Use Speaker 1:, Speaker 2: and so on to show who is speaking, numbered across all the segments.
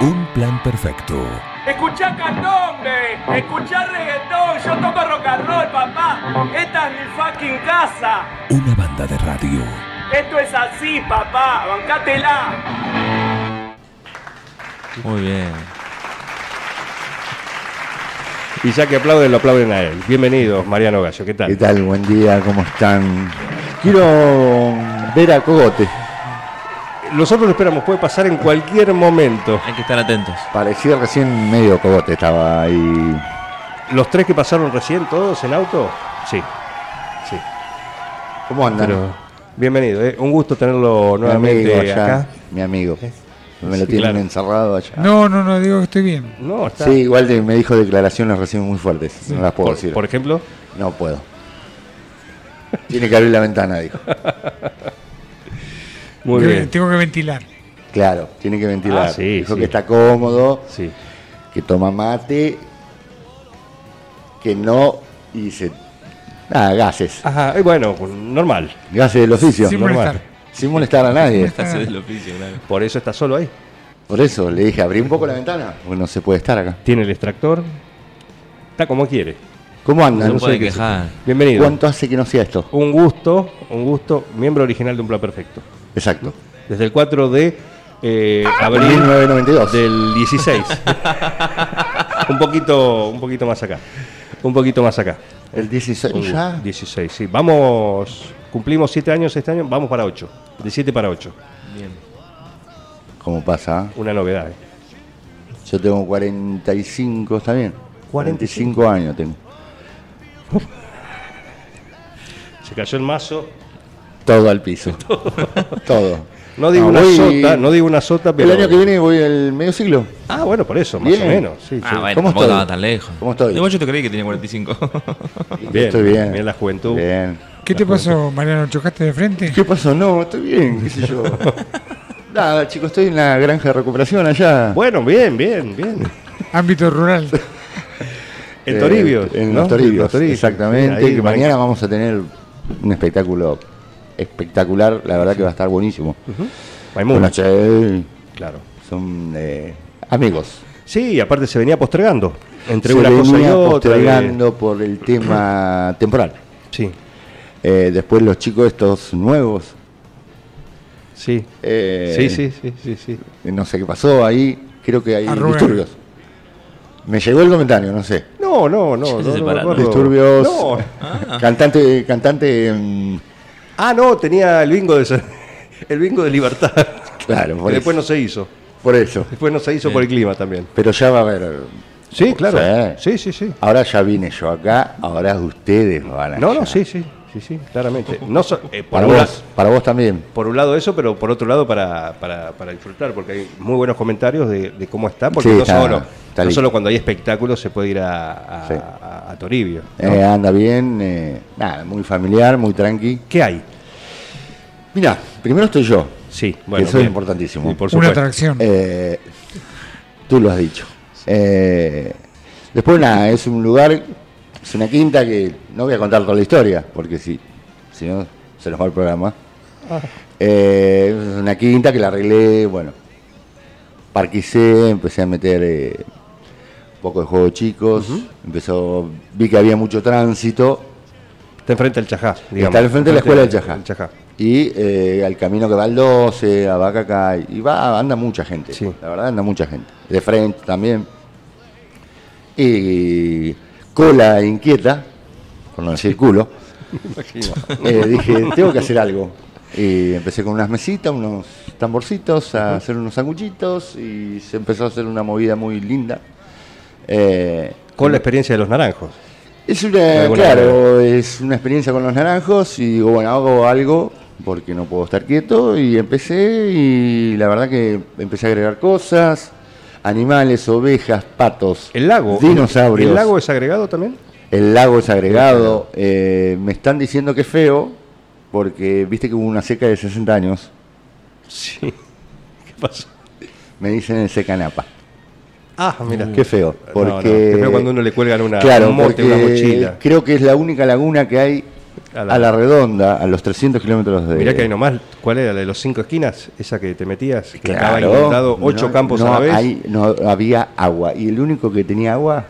Speaker 1: Un plan perfecto.
Speaker 2: Escuchá candombe, escuchá reggaetón, yo toco rock and roll, papá. Esta es mi fucking casa.
Speaker 1: Una banda de radio.
Speaker 2: Esto es así, papá. Bancátela.
Speaker 3: Muy bien.
Speaker 4: Y ya que aplauden, lo aplauden a él. Bienvenidos, Mariano Gallo, ¿qué tal?
Speaker 5: ¿Qué tal? Buen día, ¿cómo están? Quiero ver a Cogote.
Speaker 4: Nosotros lo esperamos, puede pasar en cualquier momento.
Speaker 3: Hay que estar atentos.
Speaker 5: Parecía recién medio Cogote, estaba ahí.
Speaker 4: ¿Los tres que pasaron recién, todos en auto? Sí, sí.
Speaker 5: ¿Cómo andan?
Speaker 4: Pero bienvenido, eh. un gusto tenerlo
Speaker 5: mi amigo
Speaker 4: nuevamente
Speaker 5: allá,
Speaker 4: acá.
Speaker 5: mi amigo. Me
Speaker 4: Sí,
Speaker 5: lo tienen
Speaker 4: claro.
Speaker 5: encerrado allá.
Speaker 6: No, no, no, digo que estoy bien.
Speaker 4: No, está.
Speaker 5: Sí, igual de- me dijo declaraciones recién muy fuertes. No las puedo
Speaker 4: Por,
Speaker 5: decir.
Speaker 4: por ejemplo,
Speaker 5: No puedo. Tiene que abrir la ventana, dijo.
Speaker 4: muy
Speaker 6: Yo
Speaker 4: bien.
Speaker 6: Tengo que ventilar.
Speaker 5: Claro, tiene que ventilar.
Speaker 4: Ah, sí,
Speaker 5: dijo
Speaker 4: sí.
Speaker 5: que está cómodo,
Speaker 4: Sí.
Speaker 5: que toma mate, que no dice. Nada, gases.
Speaker 4: Ajá, y bueno, pues, normal.
Speaker 5: Gases del oficio.
Speaker 6: Sin
Speaker 4: normal.
Speaker 6: molestar.
Speaker 5: Sin molestar a nadie.
Speaker 3: Esta sede del oficio, claro.
Speaker 4: Por eso está solo ahí.
Speaker 5: Por eso le dije, abrí un poco la ventana, porque no se puede estar acá.
Speaker 4: Tiene el extractor. Está como quiere.
Speaker 5: ¿Cómo
Speaker 3: No,
Speaker 5: andan?
Speaker 3: se
Speaker 5: Ah, No sé
Speaker 3: puede
Speaker 5: qué-
Speaker 3: quejar.
Speaker 4: Bienvenido.
Speaker 5: ¿Cuánto hace que no sea esto?
Speaker 4: Un gusto, un gusto, miembro original de Un Plan Perfecto.
Speaker 5: Exacto.
Speaker 4: Desde el 4 de eh,
Speaker 5: Ah,
Speaker 4: abril
Speaker 5: 1992.
Speaker 4: del 16. un poquito un poquito más acá. Un poquito más acá.
Speaker 5: El 16.
Speaker 4: Un
Speaker 5: ya.
Speaker 4: gusto. 16, sí. Vamos, cumplimos 7 años este año, vamos para 8. De 7 para 8.
Speaker 5: ¿Cómo pasa?
Speaker 4: Una novedad. ¿eh?
Speaker 5: Yo tengo 45, ¿está bien?
Speaker 4: 45.
Speaker 5: 45 años tengo.
Speaker 4: Se cayó el mazo.
Speaker 5: Todo al piso. Todo.
Speaker 4: No digo una
Speaker 5: voy-
Speaker 4: sota, no digo una sota, pero...
Speaker 5: Ah, El año que viene voy al medio siglo.
Speaker 4: Ah, bueno, por eso, más
Speaker 5: Bien.
Speaker 4: o menos. Sí,
Speaker 3: Ah,
Speaker 4: sí.
Speaker 3: bueno, tampoco
Speaker 5: ¿Cómo estoy?
Speaker 3: estaba tan lejos.
Speaker 5: ¿Cómo estoy?
Speaker 3: Igual yo te creí que tenía 45.
Speaker 4: Bien,
Speaker 5: Estoy bien.
Speaker 4: bien la juventud.
Speaker 5: Bien.
Speaker 6: ¿Qué te pasó, Mariano? ¿Chocaste de frente?
Speaker 5: ¿Qué pasó? No, estoy bien, qué sé yo. Nada, chicos, estoy en la granja de recuperación allá.
Speaker 4: Bueno, bien, bien, bien.
Speaker 6: Ámbito rural.
Speaker 4: En
Speaker 5: Eh,
Speaker 4: Toribio.
Speaker 5: En
Speaker 4: ¿no?
Speaker 5: los Toribios, exactamente.
Speaker 4: Ahí,
Speaker 5: que mañana vamos a tener un espectáculo espectacular, la verdad que va a estar buenísimo.
Speaker 4: Maimuna,
Speaker 5: Bueno, che,
Speaker 4: claro.
Speaker 5: son eh, amigos.
Speaker 4: Sí, y aparte se venía postergando. Entre
Speaker 5: Se
Speaker 4: una cosa y
Speaker 5: venía
Speaker 4: otra.
Speaker 5: postergando por el tema temporal.
Speaker 4: eh, Sí,
Speaker 5: Eh, después los chicos estos nuevos,
Speaker 4: sí.
Speaker 5: eh,
Speaker 4: sí, sí, sí, sí, sí.
Speaker 5: no sé qué pasó ahí, creo que hay
Speaker 6: Arrugan.
Speaker 5: disturbios. Me llegó el comentario, no sé.
Speaker 4: No, no, no.
Speaker 3: Ya se
Speaker 4: no, no
Speaker 3: separaron.
Speaker 4: recuerdo.
Speaker 5: Disturbios.
Speaker 4: No.
Speaker 5: Cantante, cantante, mm,
Speaker 4: Ah, no, tenía el bingo de esa- el bingo de libertad.
Speaker 5: claro,
Speaker 4: Que
Speaker 5: por
Speaker 4: después no
Speaker 5: eso,
Speaker 4: se hizo.
Speaker 5: por eso.
Speaker 4: Después no se hizo por el clima también.
Speaker 5: Pero ya va a haber
Speaker 4: Sí, claro. Sí,
Speaker 5: Sí.
Speaker 4: sí, sí.
Speaker 5: Ahora ya vine yo acá, ahora ustedes van a
Speaker 4: No, no, sí, sí, sí, sí, claramente. No so- eh, por,
Speaker 5: Para
Speaker 4: un la-
Speaker 5: vos, para vos también.
Speaker 4: por un lado eso, pero por otro lado para, para, para disfrutar, porque hay muy buenos comentarios de, de cómo está, porque
Speaker 5: Sí,
Speaker 4: no,
Speaker 5: está-
Speaker 4: solo,
Speaker 5: está
Speaker 4: no
Speaker 5: lindo.
Speaker 4: solo cuando hay espectáculos se puede ir a, a,
Speaker 5: Sí.
Speaker 4: a- a Toribio. ¿no?
Speaker 5: Eh, anda bien, eh, nada, muy familiar, muy tranqui.
Speaker 4: ¿Qué hay?
Speaker 5: Mira, primero estoy yo.
Speaker 4: Sí, bueno,
Speaker 5: Eso es
Speaker 4: bien.
Speaker 5: importantísimo.
Speaker 4: Sí, por
Speaker 6: Una
Speaker 4: supuesto.
Speaker 6: atracción.
Speaker 5: Eh, tú lo has dicho. Eh, después nada, es un lugar, es una quinta que no voy a contar toda la historia, porque si, si no se nos va el programa. Eh, es una quinta que la arreglé, bueno, parquicé, empecé a meter eh, un poco de juego de chicos, empezó, vi que había mucho tránsito
Speaker 4: Está enfrente del Chajá, digamos.
Speaker 5: Está enfrente de la escuela del
Speaker 4: Enfrente
Speaker 5: Chajá. y eh, al camino que va al 12, a Bacacay, y va, anda mucha gente,
Speaker 4: Sí.
Speaker 5: la verdad anda mucha gente, de frente también. Y cola inquieta, por no decir culo, eh, dije, tengo que hacer algo. Y empecé con unas mesitas, unos tamborcitos, a hacer unos sanguchitos, y se empezó a hacer una movida muy linda. Eh,
Speaker 4: Con la experiencia de los naranjos.
Speaker 5: es
Speaker 4: De
Speaker 5: una,
Speaker 4: alguna
Speaker 5: claro, es una experiencia con los naranjos y digo, bueno, hago algo porque no puedo estar quieto y empecé y la verdad que empecé a agregar cosas, animales, ovejas, patos,
Speaker 4: El lago.
Speaker 5: dinosaurios.
Speaker 4: ¿El lago es agregado también?
Speaker 5: El lago es agregado. eh, me están diciendo que es feo porque viste que hubo una seca de 60 años.
Speaker 4: Sí. ¿Qué pasó?
Speaker 5: Me dicen el secanapa.
Speaker 4: Ah, mira.
Speaker 5: Mm, Qué feo. Porque
Speaker 4: Qué feo cuando uno le cuelgan una,
Speaker 5: claro,
Speaker 4: un mote,
Speaker 5: porque
Speaker 4: una mochila.
Speaker 5: Creo que es la única laguna que hay
Speaker 4: A la-
Speaker 5: a la redonda, a los 300 kilómetros de...
Speaker 4: Mirá que hay nomás, ¿cuál era? ¿La de los cinco esquinas? Esa que te metías, que estaba
Speaker 5: Claro,
Speaker 4: inundado ocho
Speaker 5: no-
Speaker 4: campos
Speaker 5: no
Speaker 4: a la vez.
Speaker 5: hay- no había agua. Y el único que tenía agua,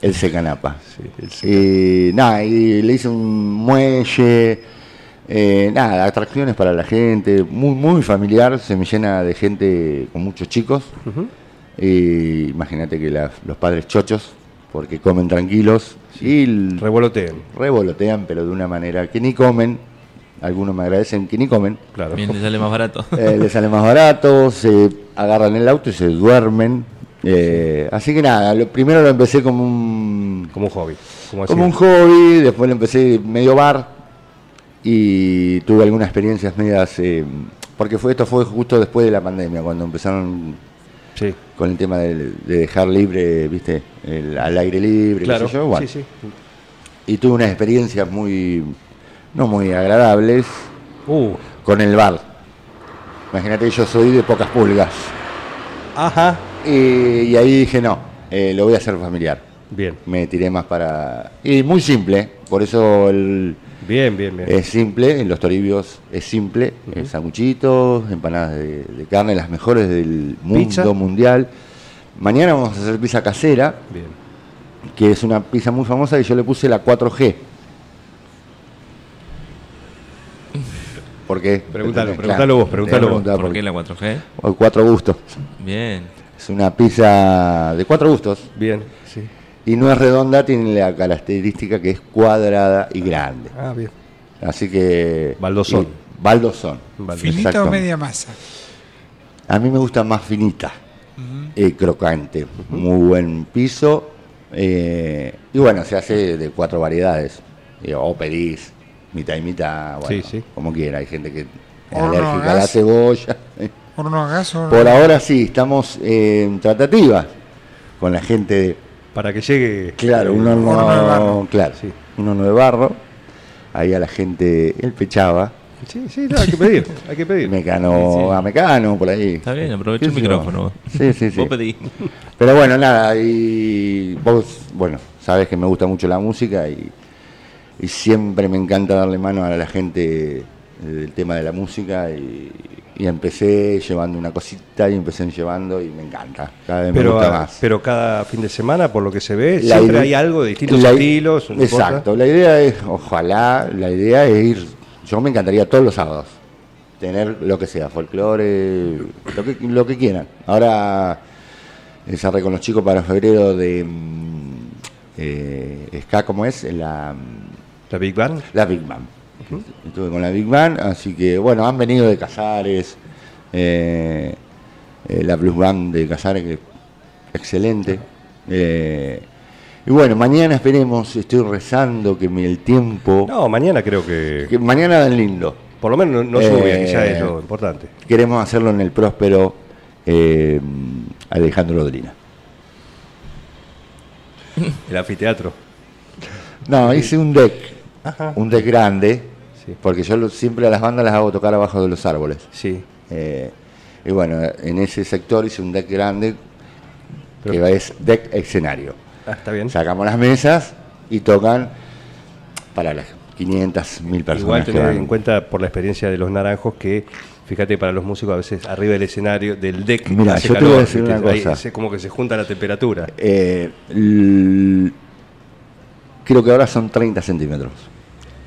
Speaker 5: el secanapa.
Speaker 4: Sí, el seca-
Speaker 5: Y nada, y le hice un muelle, eh, nada, atracciones para la gente, muy, muy familiar, se me llena de gente con muchos chicos. Y imagínate que las- los padres chochos, porque comen tranquilos y el-
Speaker 4: Revolotean,
Speaker 5: revolotean, pero de una manera que ni comen. Algunos me agradecen que ni comen.
Speaker 4: claro.
Speaker 3: Bien, te sale más barato.
Speaker 5: Eh, les sale más barato, se agarran el auto y se duermen. Eh, así que nada, lo, primero lo empecé como un,
Speaker 4: Como un hobby. Como, así.
Speaker 5: como un hobby, después lo empecé medio bar y tuve algunas experiencias medias, eh, porque fue, esto fue justo después de la pandemia, cuando empezaron
Speaker 4: Sí,
Speaker 5: con el tema de, de dejar libre, viste, el- al aire libre, qué
Speaker 4: claro.
Speaker 5: sé yo, bueno.
Speaker 4: Sí, sí.
Speaker 5: y tuve unas experiencias muy, no muy agradables
Speaker 4: Uh,
Speaker 5: con el bar. Imagínate que yo soy de pocas pulgas.
Speaker 4: ajá.
Speaker 5: Y, y ahí dije, no, eh, lo voy a hacer familiar.
Speaker 4: Bien,
Speaker 5: Me tiré más para... Y muy simple, por eso el-
Speaker 4: bien, bien, bien.
Speaker 5: es simple, en los toribios es simple, eh, sanguchitos, empanadas de, de carne, las mejores del mundo
Speaker 4: Pizza.
Speaker 5: mundial. Mañana vamos a hacer pizza casera,
Speaker 4: Bien.
Speaker 5: que es una pizza muy famosa que yo le puse la 4G. ¿Por qué?
Speaker 4: Preguntalo,
Speaker 5: Claro,
Speaker 4: preguntalo vos,
Speaker 5: te
Speaker 4: preguntalo
Speaker 5: voy a
Speaker 4: vos.
Speaker 5: preguntar
Speaker 3: ¿Por qué la 4G?
Speaker 5: por- Cuatro gustos.
Speaker 3: Bien.
Speaker 5: Es una pizza de cuatro gustos.
Speaker 4: Bien, sí.
Speaker 5: Y no es redonda, tiene la característica que es cuadrada y grande.
Speaker 4: Ah, bien.
Speaker 5: Así que.
Speaker 4: Baldosón.
Speaker 5: y- Baldosón.
Speaker 4: Vale.
Speaker 5: Fin.
Speaker 6: ¿Finita o
Speaker 5: Exactamente.
Speaker 6: media masa?
Speaker 5: A mí me gusta más finita, eh, crocante, muy buen piso. eh, y bueno, se hace de cuatro variedades. Eh, o pedís, mitad y mitad, bueno,
Speaker 4: Sí, sí.
Speaker 5: como quiera. Hay gente que es
Speaker 6: Horno a
Speaker 5: alérgica a la
Speaker 6: gas.
Speaker 5: cebolla.
Speaker 6: ¿Horno a gas o
Speaker 5: Por ahora sí, estamos eh, en tratativas con la gente de
Speaker 4: Para que llegue.
Speaker 5: Claro, un horno,
Speaker 6: Horno de barro.
Speaker 5: Claro,
Speaker 4: Sí.
Speaker 5: un horno de barro. Ahí a la gente, él pechaba.
Speaker 4: Sí, sí, no, hay que pedir, hay que pedir.
Speaker 5: Mecano
Speaker 3: Sí, sí.
Speaker 5: a Mecano, por ahí.
Speaker 3: Está bien, aprovecha el
Speaker 5: ¿Qué sé yo?
Speaker 3: micrófono.
Speaker 5: Sí, sí, sí.
Speaker 3: Vos pedí.
Speaker 5: Pero bueno, nada, y vos, bueno, sabes que me gusta mucho la música y, y siempre me encanta darle mano a la gente eh, del tema de la música y, y empecé llevando una cosita y empecé llevando y me encanta. Cada vez me
Speaker 4: Pero,
Speaker 5: gusta
Speaker 4: ah,
Speaker 5: más.
Speaker 4: pero cada fin de semana, por lo que se ve,
Speaker 5: La
Speaker 4: siempre
Speaker 5: ide-
Speaker 4: hay algo de distintos
Speaker 5: la-
Speaker 4: estilos. una cosa.
Speaker 5: Exacto, la idea es, ojalá, la idea es ir, yo me encantaría todos los sábados, tener lo que sea, folclore, lo que, lo que quieran. Ahora eh, cerré con los chicos para febrero de mm, eh, Ska, como es? En La, mm,
Speaker 4: La Big Bang.
Speaker 5: la Big Man. Estuve con la Big Man, así que bueno, han venido de Casares, eh, eh, la Blues Band de Casares, que es excelente. Eh, y bueno, mañana esperemos, estoy rezando que me- el tiempo.
Speaker 4: No, mañana creo que.
Speaker 5: Que mañana dan lindo.
Speaker 4: Por lo menos no, no sube,
Speaker 5: Eh,
Speaker 4: que ya es lo importante.
Speaker 5: Queremos hacerlo en el próspero eh, Alejandro Rodrina.
Speaker 4: El anfiteatro.
Speaker 5: No, hice un deck,
Speaker 4: Ajá.
Speaker 5: un deck grande,
Speaker 4: Sí.
Speaker 5: porque yo lo- siempre a las bandas las hago tocar abajo de los árboles.
Speaker 4: Sí.
Speaker 5: Eh, y bueno, en ese sector hice un deck grande
Speaker 4: Pero-
Speaker 5: que es deck escenario.
Speaker 4: Ah, está bien.
Speaker 5: Sacamos las mesas y tocan para las 500 mil
Speaker 4: Igual
Speaker 5: personas. que
Speaker 4: tener
Speaker 5: van.
Speaker 4: en cuenta por la experiencia de los naranjos que, fíjate, para los músicos a veces arriba del escenario, del deck,
Speaker 5: Mira,
Speaker 4: hace
Speaker 5: yo te
Speaker 4: calor,
Speaker 5: voy a decir
Speaker 4: ¿viste?
Speaker 5: una
Speaker 4: Ahí
Speaker 5: cosa.
Speaker 4: se- como que se junta la temperatura.
Speaker 5: Eh, l- creo que ahora son 30 centímetros.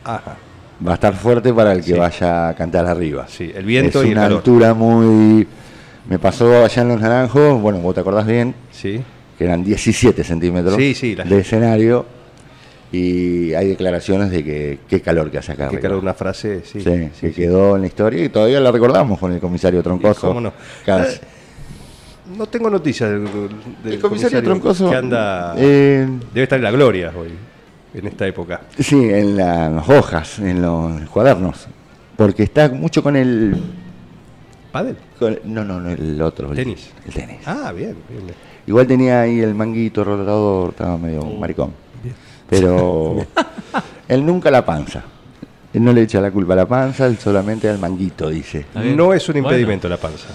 Speaker 4: Ajá.
Speaker 5: Va a estar fuerte para el que
Speaker 4: Sí.
Speaker 5: vaya a cantar arriba.
Speaker 4: Sí, el viento
Speaker 5: es
Speaker 4: y el
Speaker 5: una
Speaker 4: calor.
Speaker 5: altura muy... Me pasó allá en Los Naranjos, bueno, vos te acordás bien,
Speaker 4: Sí.
Speaker 5: que eran 17 centímetros
Speaker 4: Sí, sí, la-
Speaker 5: de escenario y hay declaraciones de que qué calor que hace
Speaker 4: Que
Speaker 5: acá arriba.
Speaker 4: claro, una frase, sí.
Speaker 5: Ah, Sí,
Speaker 4: sí,
Speaker 5: que
Speaker 4: sí.
Speaker 5: quedó en la historia y todavía la recordamos con el comisario Troncoso.
Speaker 4: Y cómo no.
Speaker 5: Cada-
Speaker 4: Eh, No tengo noticias del, del
Speaker 5: el comisario, Troncoso
Speaker 4: Que anda.
Speaker 5: eh,
Speaker 4: debe estar en la gloria hoy, en esta época.
Speaker 5: sí, en las hojas, en los cuadernos, porque está mucho con el,
Speaker 4: ¿Padel?
Speaker 5: con- no, no, no, el otro, el-
Speaker 4: Tenis.
Speaker 5: el tenis.
Speaker 4: Ah, bien, bien. bien.
Speaker 5: Igual tenía ahí el manguito rotador, estaba medio maricón. Pero él nunca la panza. Él no le echa la culpa a la panza, él solamente al manguito, dice.
Speaker 3: Está bien.
Speaker 4: No es un
Speaker 3: Bueno.
Speaker 4: impedimento la panza.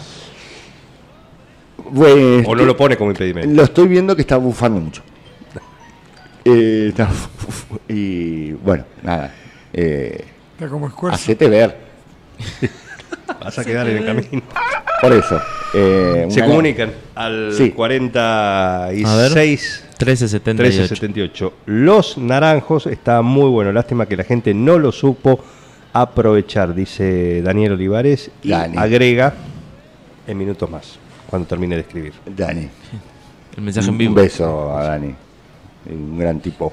Speaker 5: Pues,
Speaker 4: O no lo pone como impedimento.
Speaker 5: Lo estoy viendo que está bufando mucho. Eh, está- y bueno, nada. eh,
Speaker 6: Está como esfuerzo.
Speaker 5: hacete ver.
Speaker 4: Vas a quedar en el camino.
Speaker 5: Por eso. eh,
Speaker 4: Se
Speaker 5: una-
Speaker 4: comunican al
Speaker 5: Sí.
Speaker 4: 46
Speaker 3: 1378.
Speaker 4: 1378. Los naranjos está muy bueno. Lástima que la gente no lo supo aprovechar, dice Daniel Olivares. Y
Speaker 5: Dani.
Speaker 4: agrega en minutos más, cuando termine de escribir.
Speaker 5: Dani.
Speaker 3: El mensaje en
Speaker 5: Un
Speaker 3: vivo.
Speaker 5: beso a Dani. Un gran tipo.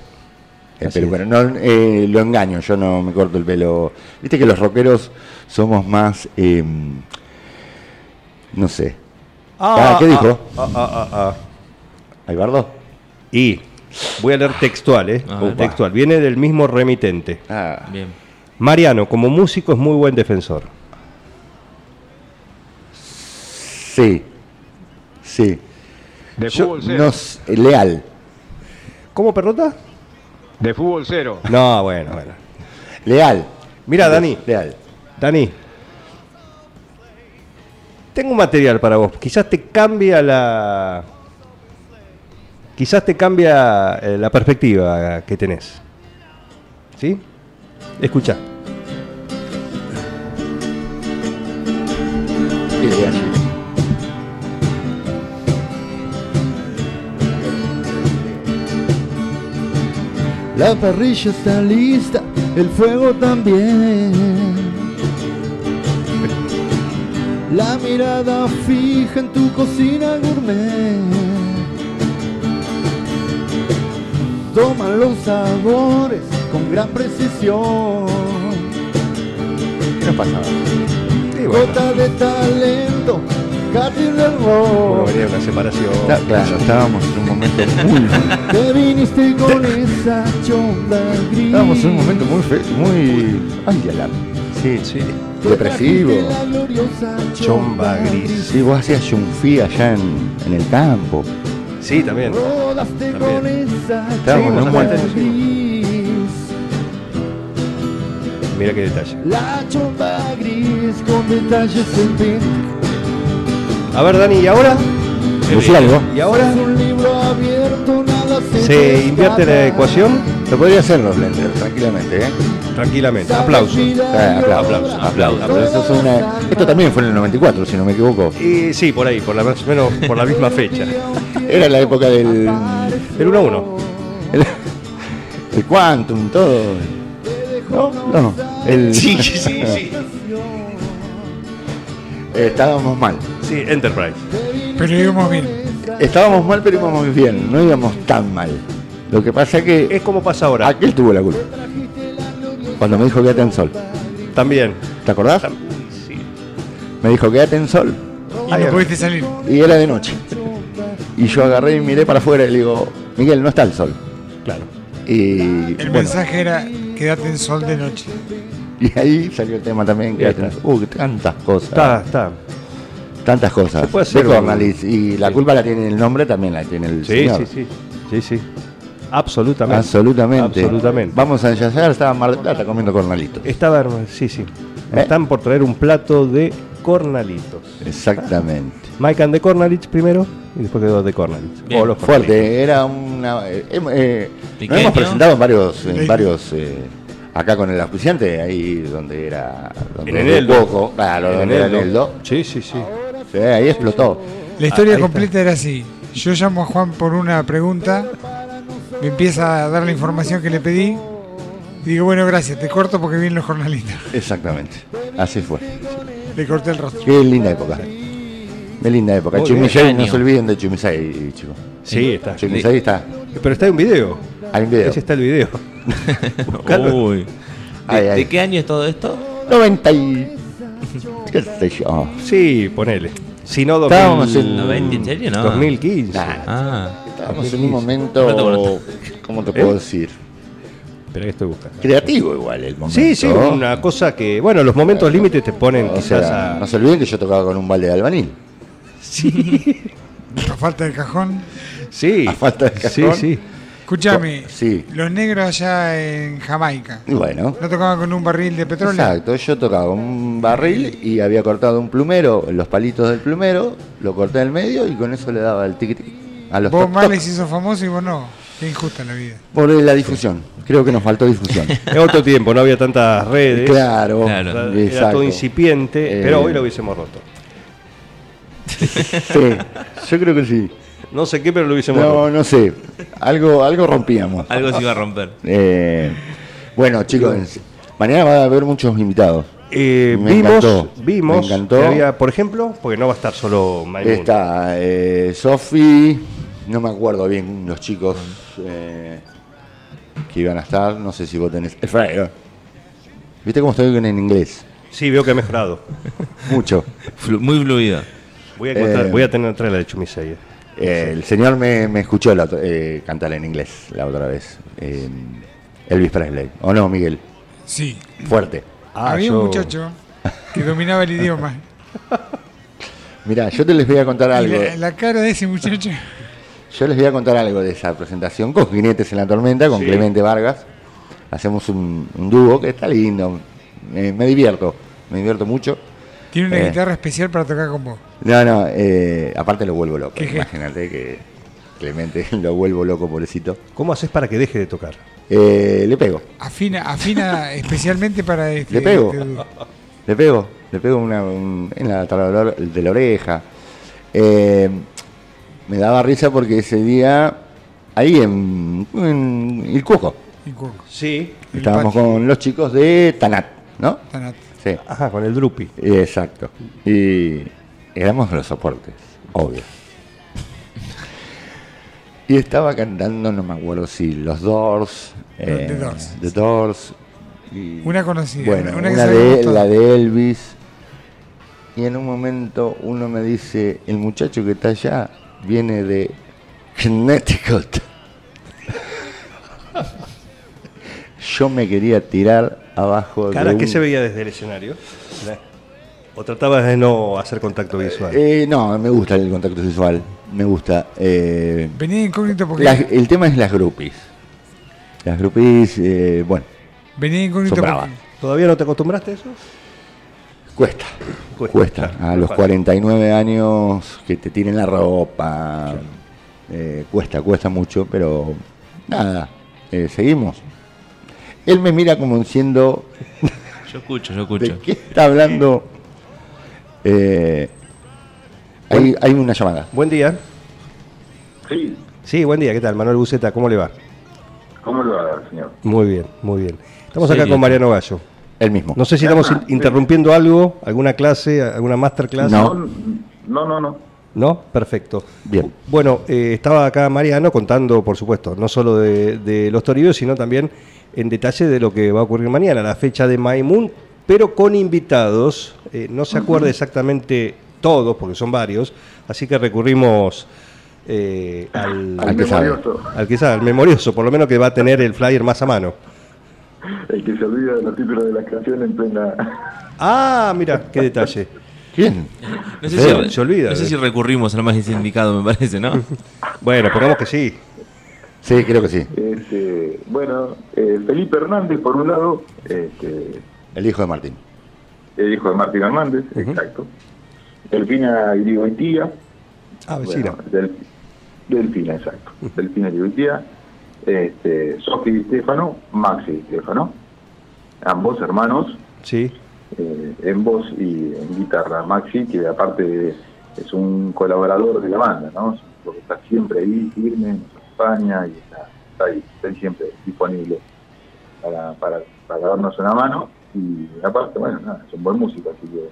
Speaker 5: Eh,
Speaker 4: Así
Speaker 5: pero
Speaker 4: es.
Speaker 5: bueno, no, eh, lo engaño, yo no me corto el pelo. Viste que los rockeros somos más. eh, no sé. Ah, ¿qué dijo?
Speaker 4: ah, ah, ah, ah.
Speaker 5: ¿Albardo?
Speaker 4: Y voy a leer textual, ¿eh?
Speaker 3: A ver.
Speaker 4: Textual. Viene del mismo remitente.
Speaker 5: Ah,
Speaker 3: Bien.
Speaker 4: Mariano, como músico, es muy buen defensor.
Speaker 5: sí. Sí.
Speaker 7: De
Speaker 5: Yo-
Speaker 7: fútbol
Speaker 5: no
Speaker 7: cero.
Speaker 5: s- eh, leal.
Speaker 4: ¿Cómo, perdota?
Speaker 7: De fútbol cero.
Speaker 4: No, bueno, bueno.
Speaker 5: Leal.
Speaker 4: Mira, Dani.
Speaker 5: Leal.
Speaker 4: Dani, tengo un material para vos. Quizás te cambia la. Quizás te cambia eh, la perspectiva que tenés. ¿Sí? Escucha.
Speaker 5: Sí, leal.
Speaker 8: La parrilla está lista, el fuego también. La mirada fija en tu cocina gourmet. Toma los sabores con gran precisión.
Speaker 5: ¿Qué nos pasaba?
Speaker 4: Y bueno,
Speaker 8: Gota de talento, Katy del
Speaker 4: uno
Speaker 8: rock.
Speaker 4: venía de una separación.
Speaker 5: Está- claro, estábamos en un momento muy.
Speaker 8: Te viniste con esa chonda gris.
Speaker 5: Estábamos en un momento muy. fe- muy. Ay, alar. Sí,
Speaker 4: Sí.
Speaker 8: Te
Speaker 5: Depresivo.
Speaker 8: trajiste la gloriosa
Speaker 4: Chomba gris.
Speaker 5: Sí, vos hacías yunfí allá en, en el campo.
Speaker 4: Sí, también.
Speaker 8: Rodaste
Speaker 4: También.
Speaker 8: con esa
Speaker 5: Estábamos en un
Speaker 8: chomba
Speaker 5: momento.
Speaker 8: gris.
Speaker 4: Mira qué detalle.
Speaker 8: La chomba gris con detalles en fin.
Speaker 4: A ver, Dani, ¿y ahora?
Speaker 5: Decía algo.
Speaker 4: ¿Y ahora?
Speaker 8: Es un libro abierto, nada se,
Speaker 4: ¿Se invierte la
Speaker 8: escapa.
Speaker 4: ecuación?
Speaker 5: Lo podría hacer los Blender, tranquilamente, ¿eh?
Speaker 4: Tranquilamente.
Speaker 8: Sabes
Speaker 4: Aplausos.
Speaker 8: vida
Speaker 5: Ah,
Speaker 8: y
Speaker 5: aplausos,
Speaker 8: obra.
Speaker 5: aplausos.
Speaker 8: Todas
Speaker 5: Eso es una-
Speaker 8: las
Speaker 5: Esto también fue en el 94, si no me equivoco.
Speaker 4: Y sí, por ahí, por la, más o menos por la misma fecha.
Speaker 5: Era la época del.
Speaker 4: Del 1 a 1.
Speaker 5: El, el Quantum, todo. No, no. El,
Speaker 4: sí, sí.
Speaker 5: eh, estábamos mal.
Speaker 4: Sí, Enterprise.
Speaker 6: Pero íbamos bien.
Speaker 5: Estábamos mal, pero íbamos muy bien. No íbamos tan mal. Lo que pasa que.
Speaker 4: Es como pasa ahora.
Speaker 5: Aquel tuvo la culpa. Cuando me dijo quédate en sol.
Speaker 4: También.
Speaker 5: ¿Te acordás? Me dijo quédate en sol.
Speaker 6: Y no pudiste salir.
Speaker 5: Y era de noche. Y yo agarré y miré para afuera y le digo, Miguel, no está el sol.
Speaker 4: Claro.
Speaker 5: Y,
Speaker 6: El
Speaker 5: bueno,
Speaker 6: mensaje era quédate en sol de noche.
Speaker 5: y ahí salió el tema también. Que
Speaker 4: Ahí está.
Speaker 5: uh, tantas cosas.
Speaker 4: Está, está.
Speaker 5: Tantas cosas.
Speaker 4: Se puede hacer
Speaker 5: De
Speaker 4: un-
Speaker 5: Cornalis. Y la
Speaker 4: Sí.
Speaker 5: culpa la tiene el nombre, también la tiene el
Speaker 4: Sí,
Speaker 5: señor.
Speaker 4: sí, sí. Sí, sí. Absolutamente.
Speaker 5: Absolutamente.
Speaker 4: Absolutamente. Eh.
Speaker 5: Vamos a ensayar, estaba en Mar del Plata comiendo cornalitos.
Speaker 4: Estaba, hermano, sí, sí.
Speaker 5: ¿Eh?
Speaker 4: Están por traer un plato de cornalitos.
Speaker 5: Exactamente.
Speaker 4: Mike and the Cornalits primero y después quedó de Cornalits.
Speaker 3: Bien.
Speaker 4: O los Cornalits.
Speaker 5: Fuerte, era una. eh, eh, eh, nos
Speaker 3: Pequeño.
Speaker 5: hemos presentado en varios. En
Speaker 6: Sí.
Speaker 5: varios eh, acá con el auspiciante, ahí donde era. Donde
Speaker 4: En
Speaker 5: era
Speaker 4: Eneldo.
Speaker 5: Cuoco, claro,
Speaker 4: En
Speaker 5: donde era
Speaker 4: Eneldo.
Speaker 5: Eneldo.
Speaker 4: Sí, sí, sí.
Speaker 5: Sí, ahí explotó.
Speaker 6: La historia completa era así. Yo llamo a Juan por una pregunta, me empieza a dar la información que le pedí. y Digo, bueno, gracias, te corto porque vienen los jornalistas.
Speaker 5: Exactamente. Así fue.
Speaker 6: Le corté el rostro.
Speaker 5: Qué linda época. Qué linda época.
Speaker 4: Muy
Speaker 5: Chumisei,
Speaker 3: bien.
Speaker 5: no se olviden de Chumisei, chicos.
Speaker 4: Sí, está.
Speaker 5: Chumisei está.
Speaker 4: Pero está en un video.
Speaker 5: Hay un video.
Speaker 4: Ese está el video. Buscalo.
Speaker 3: Uy. ¿De,
Speaker 5: Ay, ay.
Speaker 3: de qué año es todo esto?
Speaker 5: 90 y. ¿Qué sé yo?
Speaker 4: Sí, ponele. Si no,
Speaker 5: Estábamos en-
Speaker 3: 90, ¿en serio? No.
Speaker 4: 2015.
Speaker 5: Nah.
Speaker 3: Ah.
Speaker 5: Estábamos en un
Speaker 3: Pronto,
Speaker 5: momento. ¿Cómo te puedo
Speaker 4: ¿Eh?
Speaker 5: decir?
Speaker 4: Espera que estoy buscando.
Speaker 5: Creativo igual el momento.
Speaker 4: Sí, sí, una cosa que. Bueno, los momentos límites te ponen
Speaker 5: O
Speaker 4: quizás
Speaker 5: sea,
Speaker 4: a.
Speaker 5: no se olviden que yo tocaba con un balde de albañil.
Speaker 6: A falta del cajón.
Speaker 4: Sí.
Speaker 5: A falta de
Speaker 4: sí,
Speaker 5: cajón.
Speaker 4: sí.
Speaker 6: Escúchame,
Speaker 5: Sí.
Speaker 6: los negros allá en Jamaica,
Speaker 5: Y bueno.
Speaker 6: ¿no tocaban con un barril de petróleo?
Speaker 5: Exacto, yo tocaba un barril y había cortado un plumero, los palitos del plumero, lo corté en el medio y con eso le daba el tiqui tiqui a los
Speaker 6: Vos
Speaker 5: toc,
Speaker 6: más
Speaker 5: toc.
Speaker 6: les hizo famoso y vos no. Qué injusta la vida.
Speaker 5: Por la difusión. Creo que nos faltó difusión.
Speaker 4: En otro tiempo, no había tantas redes.
Speaker 5: claro.
Speaker 3: Claro.
Speaker 4: Era
Speaker 5: exacto.
Speaker 4: todo incipiente,
Speaker 5: Eh,
Speaker 4: pero hoy lo hubiésemos roto.
Speaker 5: Sí, yo creo que sí.
Speaker 4: No sé qué, pero lo hubiésemos roto.
Speaker 5: No, no sé. Algo, algo rompíamos.
Speaker 3: Algo se iba a romper.
Speaker 5: Eh, bueno, chicos, mañana va a haber muchos invitados.
Speaker 4: Eh,
Speaker 5: Me
Speaker 4: vimos,
Speaker 5: encantó,
Speaker 4: vimos
Speaker 5: me encantó.
Speaker 4: que había, por ejemplo, porque no va a estar solo Maimón.
Speaker 5: Está eh, Sofi, no me acuerdo bien los chicos eh, que iban a estar, no sé si vos tenés... Efraín. ¿Viste cómo estoy en inglés?
Speaker 4: Sí, veo que ha mejorado.
Speaker 5: Mucho.
Speaker 3: Flu- muy fluido.
Speaker 4: Voy a, encontrar-
Speaker 5: Eh.
Speaker 4: voy a tener traer la de Chumisei.
Speaker 5: Eh, el señor me, me escuchó la otra- eh, cantar en inglés la otra vez. eh, Elvis Presley. ¿O no, Miguel?
Speaker 6: Sí.
Speaker 5: Fuerte.
Speaker 6: Ah, Había un muchacho que dominaba el idioma.
Speaker 5: Mira, yo te les voy a contar
Speaker 6: Y
Speaker 5: algo.
Speaker 6: La, la cara de ese muchacho.
Speaker 5: Yo les voy a contar algo de esa presentación con Jinetes en la Tormenta, con Clemente Vargas. Hacemos un, un dúo que está lindo. Me, me divierto, me divierto mucho.
Speaker 6: Tiene una
Speaker 5: Eh.
Speaker 6: guitarra especial para tocar con vos.
Speaker 5: No, no, eh, aparte lo vuelvo loco.
Speaker 6: ¿Qué?
Speaker 5: Imagínate que Clemente lo vuelvo loco, pobrecito.
Speaker 4: ¿Cómo haces para que deje de tocar?
Speaker 5: Eh, le pego,
Speaker 6: Afina, afina especialmente para este.
Speaker 5: Le pego.
Speaker 6: este-
Speaker 5: le pego, le pego una- un- en la taladro de la oreja. Eh, me daba risa porque ese día, ahí en, en El Cuoco,
Speaker 6: y Cuoco.
Speaker 4: Sí.
Speaker 6: El
Speaker 5: estábamos
Speaker 6: patio.
Speaker 5: con los chicos de Tanat, ¿no?
Speaker 6: Tanat.
Speaker 5: Sí.
Speaker 4: Ajá, con el Drupi.
Speaker 5: Exacto. Y éramos los soportes, obvio. Y estaba cantando, no me acuerdo si los Doors. eh,
Speaker 6: The Doors.
Speaker 5: The Doors, y-
Speaker 6: Una conocida,
Speaker 5: Bueno,
Speaker 6: una-
Speaker 5: una,
Speaker 6: una que
Speaker 5: de,
Speaker 6: sabemos
Speaker 5: la
Speaker 6: todos.
Speaker 5: de Elvis. Y en un momento uno me dice: el muchacho que está allá viene de Connecticut. Yo me quería tirar abajo
Speaker 4: Caras
Speaker 5: de
Speaker 4: que
Speaker 5: un-
Speaker 4: se veía desde el escenario. O tratabas de no hacer contacto visual.
Speaker 5: Eh, no, me gusta el contacto sexual. Me gusta. eh,
Speaker 6: Venía de incógnito porque.
Speaker 5: las- el tema es las groupies. Las groupies, eh, bueno,
Speaker 6: venía de incógnito
Speaker 5: son
Speaker 6: porque.
Speaker 5: bravas.
Speaker 4: ¿Todavía no te acostumbraste a eso?
Speaker 5: Cuesta.
Speaker 4: Cuesta,
Speaker 5: Cuesta.
Speaker 4: claro,
Speaker 5: A
Speaker 4: no
Speaker 5: los
Speaker 4: pasa.
Speaker 5: 49 años que te tiren la ropa. eh, cuesta, cuesta mucho, pero nada. eh, seguimos. Él me mira como diciendo,
Speaker 3: Yo escucho, yo
Speaker 5: ¿de
Speaker 3: escucho.
Speaker 5: qué está hablando? Eh, hay, hay una llamada.
Speaker 4: Buen día.
Speaker 9: Sí,
Speaker 4: Sí, buen día. ¿Qué tal? Manuel Buceta, ¿cómo le va?
Speaker 9: ¿cómo lo haga, señor?
Speaker 4: Muy bien, muy bien. Estamos acá
Speaker 3: Serio.
Speaker 4: con Mariano Gallo.
Speaker 5: Él mismo.
Speaker 4: No sé si estamos in- interrumpiendo algo, alguna clase, alguna masterclass.
Speaker 5: No.
Speaker 9: No, no, no.
Speaker 4: ¿No? Perfecto.
Speaker 5: Bien.
Speaker 4: Bueno, eh, estaba acá Mariano contando, por supuesto, no solo de, de los torillos, sino también en detalle de lo que va a ocurrir mañana, la fecha de Maimun, pero con invitados. Eh, no se acuerda exactamente todos, porque son varios, así que recurrimos eh, al,
Speaker 5: Al que sabe.
Speaker 9: memorioso,
Speaker 4: al que sabe, al memorioso, por lo menos que va a tener el flyer más a mano.
Speaker 9: el que se olvida de los títulos de las canciones en plena...
Speaker 4: Ah, mira, qué detalle.
Speaker 5: ¿Quién?
Speaker 3: No sé,
Speaker 4: Feo,
Speaker 3: si,
Speaker 4: se olvida.
Speaker 5: ¿eh?
Speaker 3: no sé si recurrimos al más indicado, me parece, ¿no?
Speaker 4: Bueno, pongamos que sí.
Speaker 5: Sí, creo que sí.
Speaker 9: Este, bueno, eh, Felipe Hernández, por un lado, este,
Speaker 5: El hijo de Martín.
Speaker 9: el hijo de Martín Hernández, exacto. Delfina Grigoitía.
Speaker 4: Ah, vecina.
Speaker 9: Bueno, Del- Delfina, exacto. Delfina Grigoitía. Este, Sofi Di Stefano, Maxi Di Stefano. Ambos hermanos,
Speaker 4: Sí,
Speaker 9: eh, en voz y en guitarra Maxi, que aparte es un colaborador de la banda, ¿no? Porque está siempre ahí, firme, nos acompaña y está, está ahí, está ahí siempre disponible para, para, para darnos una mano. Y aparte, bueno, nada, es un buen músico, así que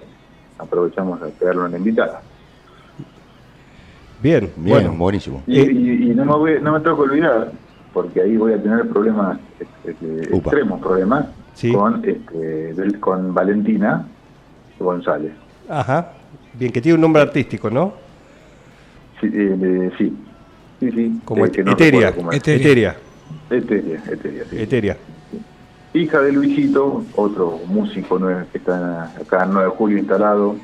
Speaker 9: aprovechamos a crearlo en invitada.
Speaker 4: bien,
Speaker 5: Bien,
Speaker 4: bueno.
Speaker 5: buenísimo.
Speaker 9: Y,
Speaker 4: Eh.
Speaker 9: y- y no, me voy- no me tengo que olvidar, porque ahí voy a tener problemas, este,
Speaker 5: Upa.
Speaker 9: extremos problemas,
Speaker 4: Sí.
Speaker 9: con, este, del- con Valentina González.
Speaker 4: Ajá. Bien, que tiene un nombre artístico, ¿no?
Speaker 9: Sí, eh, eh, sí. Sí, sí.
Speaker 4: Como
Speaker 9: Eh, que no
Speaker 4: Eteria.
Speaker 9: recuerdo cómo es.
Speaker 6: Eteria.
Speaker 4: Eteria.
Speaker 9: Eteria, Eteria, sí.
Speaker 4: Eteria.
Speaker 9: Hija de Luisito, otro músico nuevo que está acá en 9 de julio instalado,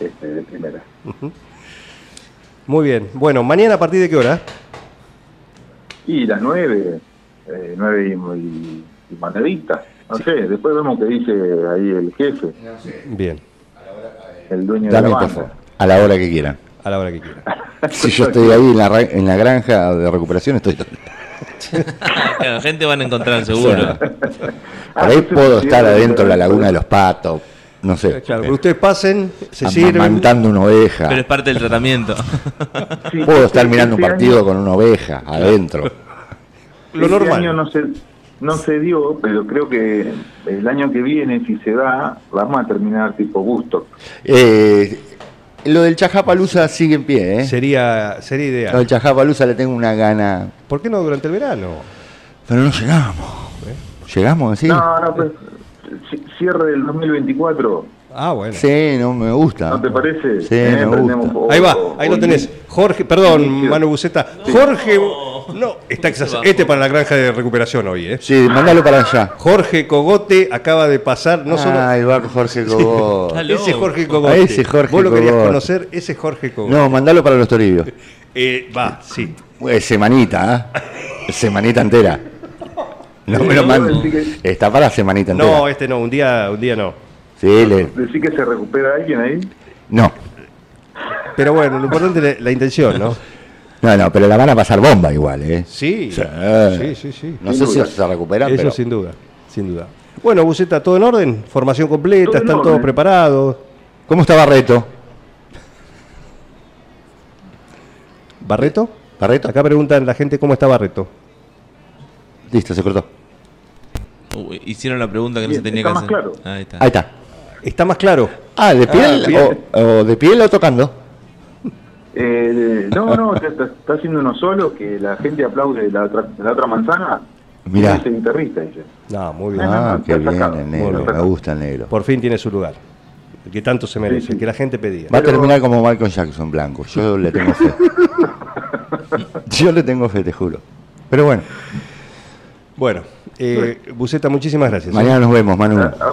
Speaker 9: este, de primera.
Speaker 4: Muy bien. Bueno, mañana a partir de qué hora?
Speaker 9: Y las 9, 9 y, y, y moneditas. No sé, después vemos qué dice ahí el jefe,
Speaker 4: Bien.
Speaker 9: el dueño
Speaker 5: Dame,
Speaker 9: de la
Speaker 5: por
Speaker 9: banda.
Speaker 5: favor. A la hora que quieran.
Speaker 4: a la hora que quiera.
Speaker 5: Si yo estoy ahí en la, ra- en la granja de recuperación, estoy todo.
Speaker 3: La gente van a encontrar seguro.
Speaker 5: Por
Speaker 9: Ah,
Speaker 5: ahí puedo estar adentro de la laguna de los patos, no sé.
Speaker 4: Claro, pero ustedes pasen, se sirven.
Speaker 5: Amamantando una oveja.
Speaker 3: Pero es parte del tratamiento.
Speaker 9: Sí,
Speaker 5: Puedo estar mirando un
Speaker 9: este
Speaker 5: partido con una oveja adentro.
Speaker 4: Lo
Speaker 9: este
Speaker 4: normal.
Speaker 9: año no se, no se dio, pero creo que el año que viene, si se da, vamos a terminar tipo gusto.
Speaker 5: Eh, lo del Chajapalusa sigue en pie, ¿eh?
Speaker 4: Sería, sería
Speaker 5: Lo del
Speaker 4: ideal.
Speaker 5: Chajapalusa le tengo una gana.
Speaker 4: ¿Por qué no durante el verano?
Speaker 5: Pero no llegamos. ¿Llegamos así?
Speaker 9: No, no, pues ci- cierre del 2024,
Speaker 4: Ah, bueno.
Speaker 5: Sí, no me gusta.
Speaker 9: ¿no te parece?
Speaker 5: Sí,
Speaker 9: Eh,
Speaker 5: me
Speaker 9: prendemos
Speaker 5: gusta.
Speaker 9: o-
Speaker 4: Ahí va,
Speaker 9: o-
Speaker 4: ahí
Speaker 5: Oh,
Speaker 4: lo
Speaker 9: o-
Speaker 4: tenés. Jorge, perdón,
Speaker 9: Inicio.
Speaker 4: Manu Buceta. Jorge,
Speaker 5: Oh.
Speaker 4: no, está exagerado. Este para la granja de recuperación hoy, ¿eh?
Speaker 5: Sí, mandalo para allá.
Speaker 4: Jorge Cogote acaba de pasar, no solo
Speaker 5: Ah, el barco Jorge Cobó.
Speaker 3: Dale.
Speaker 4: ese Jorge
Speaker 5: A
Speaker 4: Cogote.
Speaker 5: ese Jorge
Speaker 4: Vos lo querías
Speaker 5: Cogote.
Speaker 4: conocer, ese Jorge Cogote.
Speaker 5: No, mandalo para los toribios.
Speaker 4: Eh, va, sí.
Speaker 5: Eh, semanita, ¿eh? Semanita entera. No me lo mando. Está para semanita entera.
Speaker 4: No, este no, un día, un día no.
Speaker 5: Sí, le-
Speaker 9: ¿Decir que se recupera alguien ahí?
Speaker 5: no.
Speaker 4: Pero bueno, lo importante es la, la intención, ¿no?
Speaker 5: No, no, pero la van a pasar bomba igual, ¿eh?
Speaker 4: Sí.
Speaker 5: Sí.
Speaker 4: Sí, sí, sí.
Speaker 5: No
Speaker 9: Sin
Speaker 5: sé si
Speaker 9: duda.
Speaker 5: se recuperan,
Speaker 4: Eso
Speaker 5: pero
Speaker 4: sin duda, sin duda. Bueno, Buceta, ¿todo en orden? Formación completa,
Speaker 9: Todo en
Speaker 4: están
Speaker 9: orden.
Speaker 4: todos preparados.
Speaker 5: ¿Cómo está Barreto?
Speaker 4: ¿Barreto?
Speaker 5: ¿Barreto?
Speaker 4: Acá preguntan la gente cómo está Barreto.
Speaker 5: Listo, se cortó.
Speaker 3: Uy, Uh, hicieron la pregunta que no
Speaker 9: Bien,
Speaker 3: se tenía
Speaker 9: está
Speaker 3: que
Speaker 9: más
Speaker 3: hacer.
Speaker 9: claro.
Speaker 3: Ahí está.
Speaker 5: Ahí está.
Speaker 4: Está más claro.
Speaker 5: Ah, de piel,
Speaker 9: bien.
Speaker 5: o, o de piel o tocando.
Speaker 9: Eh, no, no, está, está- está haciendo uno solo que la gente aplaude la otra, la otra manzana.
Speaker 5: Mirá.
Speaker 9: Ese guitarrista, dice.
Speaker 4: No, muy bien.
Speaker 5: Ah,
Speaker 9: no,
Speaker 5: qué
Speaker 9: está
Speaker 5: bien
Speaker 9: sacado.
Speaker 5: el negro,
Speaker 4: Bueno.
Speaker 5: me gusta el negro.
Speaker 4: Por fin tiene su lugar. El que tanto se merece,
Speaker 9: Sí, sí.
Speaker 4: el que la gente pedía.
Speaker 5: Va a terminar como Michael Jackson blanco. Yo le tengo fe. Yo le tengo fe, te juro. Pero bueno,
Speaker 4: Bueno, eh, Buceta, muchísimas gracias. ¿eh?
Speaker 5: mañana nos vemos, Manu.
Speaker 9: A, a-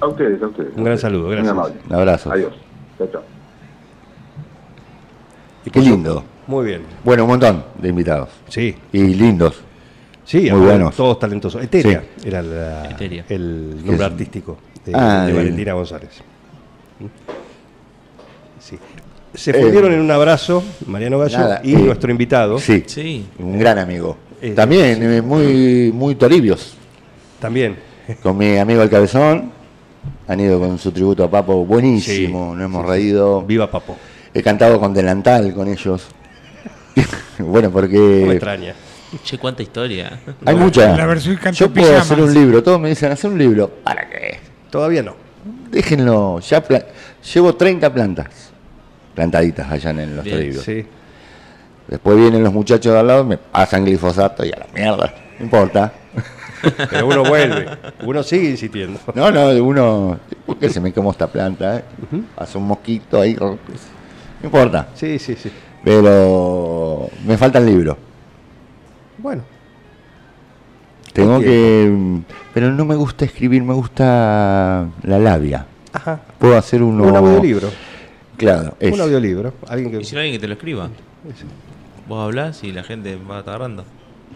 Speaker 9: a ustedes, a ustedes.
Speaker 4: Un gran saludo,
Speaker 9: Muy
Speaker 4: gracias.
Speaker 9: amable.
Speaker 5: Un abrazo.
Speaker 9: Adiós. Chao, chao.
Speaker 5: Qué lindo.
Speaker 4: Muy bien.
Speaker 5: Bueno, un montón de invitados.
Speaker 4: Sí,
Speaker 5: Y lindos.
Speaker 4: sí,
Speaker 5: Muy buenos.
Speaker 4: todos talentosos. Eteria
Speaker 5: Sí.
Speaker 4: era la-
Speaker 3: Eteria.
Speaker 4: el
Speaker 5: es?
Speaker 4: nombre artístico de,
Speaker 5: Ah,
Speaker 4: de
Speaker 5: de-
Speaker 4: Valentina González. ¿Mm? Sí. Se fundieron en un abrazo Mariano Gallo
Speaker 5: Eh. nada,
Speaker 4: y
Speaker 5: eh,
Speaker 4: nuestro invitado.
Speaker 5: Sí.
Speaker 3: Sí.
Speaker 5: Un gran amigo.
Speaker 4: Eh,
Speaker 5: También eh, muy, muy toribios.
Speaker 4: También.
Speaker 5: Con mi amigo El Cabezón. Han ido con su tributo a Papo. Buenísimo.
Speaker 4: Sí,
Speaker 5: Nos hemos reído.
Speaker 4: Viva Papo.
Speaker 5: He cantado con delantal con ellos.
Speaker 4: No me
Speaker 5: bueno, porque
Speaker 4: extraña.
Speaker 3: Che, cuánta historia.
Speaker 5: hay mucha.
Speaker 6: La Versuit canta
Speaker 5: Yo
Speaker 6: en
Speaker 5: puedo
Speaker 6: pijamas.
Speaker 5: hacer un libro. Todos me dicen, hacer un libro. ¿Para qué?
Speaker 4: Todavía no.
Speaker 5: Déjenlo. Ya pla- Llevo 30 plantas. Plantaditas allá en los
Speaker 3: Bien,
Speaker 5: libros.
Speaker 4: Sí.
Speaker 5: Después vienen los muchachos de al lado, me pasan glifosato y a la mierda. No importa.
Speaker 4: Pero uno vuelve. Uno sigue insistiendo.
Speaker 5: No, no, uno. ¿Por qué se me quemó esta planta? eh? Hace un mosquito ahí. No importa.
Speaker 4: Sí, sí, sí.
Speaker 5: Pero me falta el libro.
Speaker 4: Bueno.
Speaker 5: Tengo que. Pero no me gusta escribir, me gusta la labia.
Speaker 4: Ajá.
Speaker 5: Puedo hacer uno.
Speaker 4: Un audiolibro.
Speaker 5: Claro, es.
Speaker 4: Un audiolibro. Alguien que...
Speaker 3: ¿Y si no hay alguien que te lo escriba? Vos hablás y la gente va agarrando.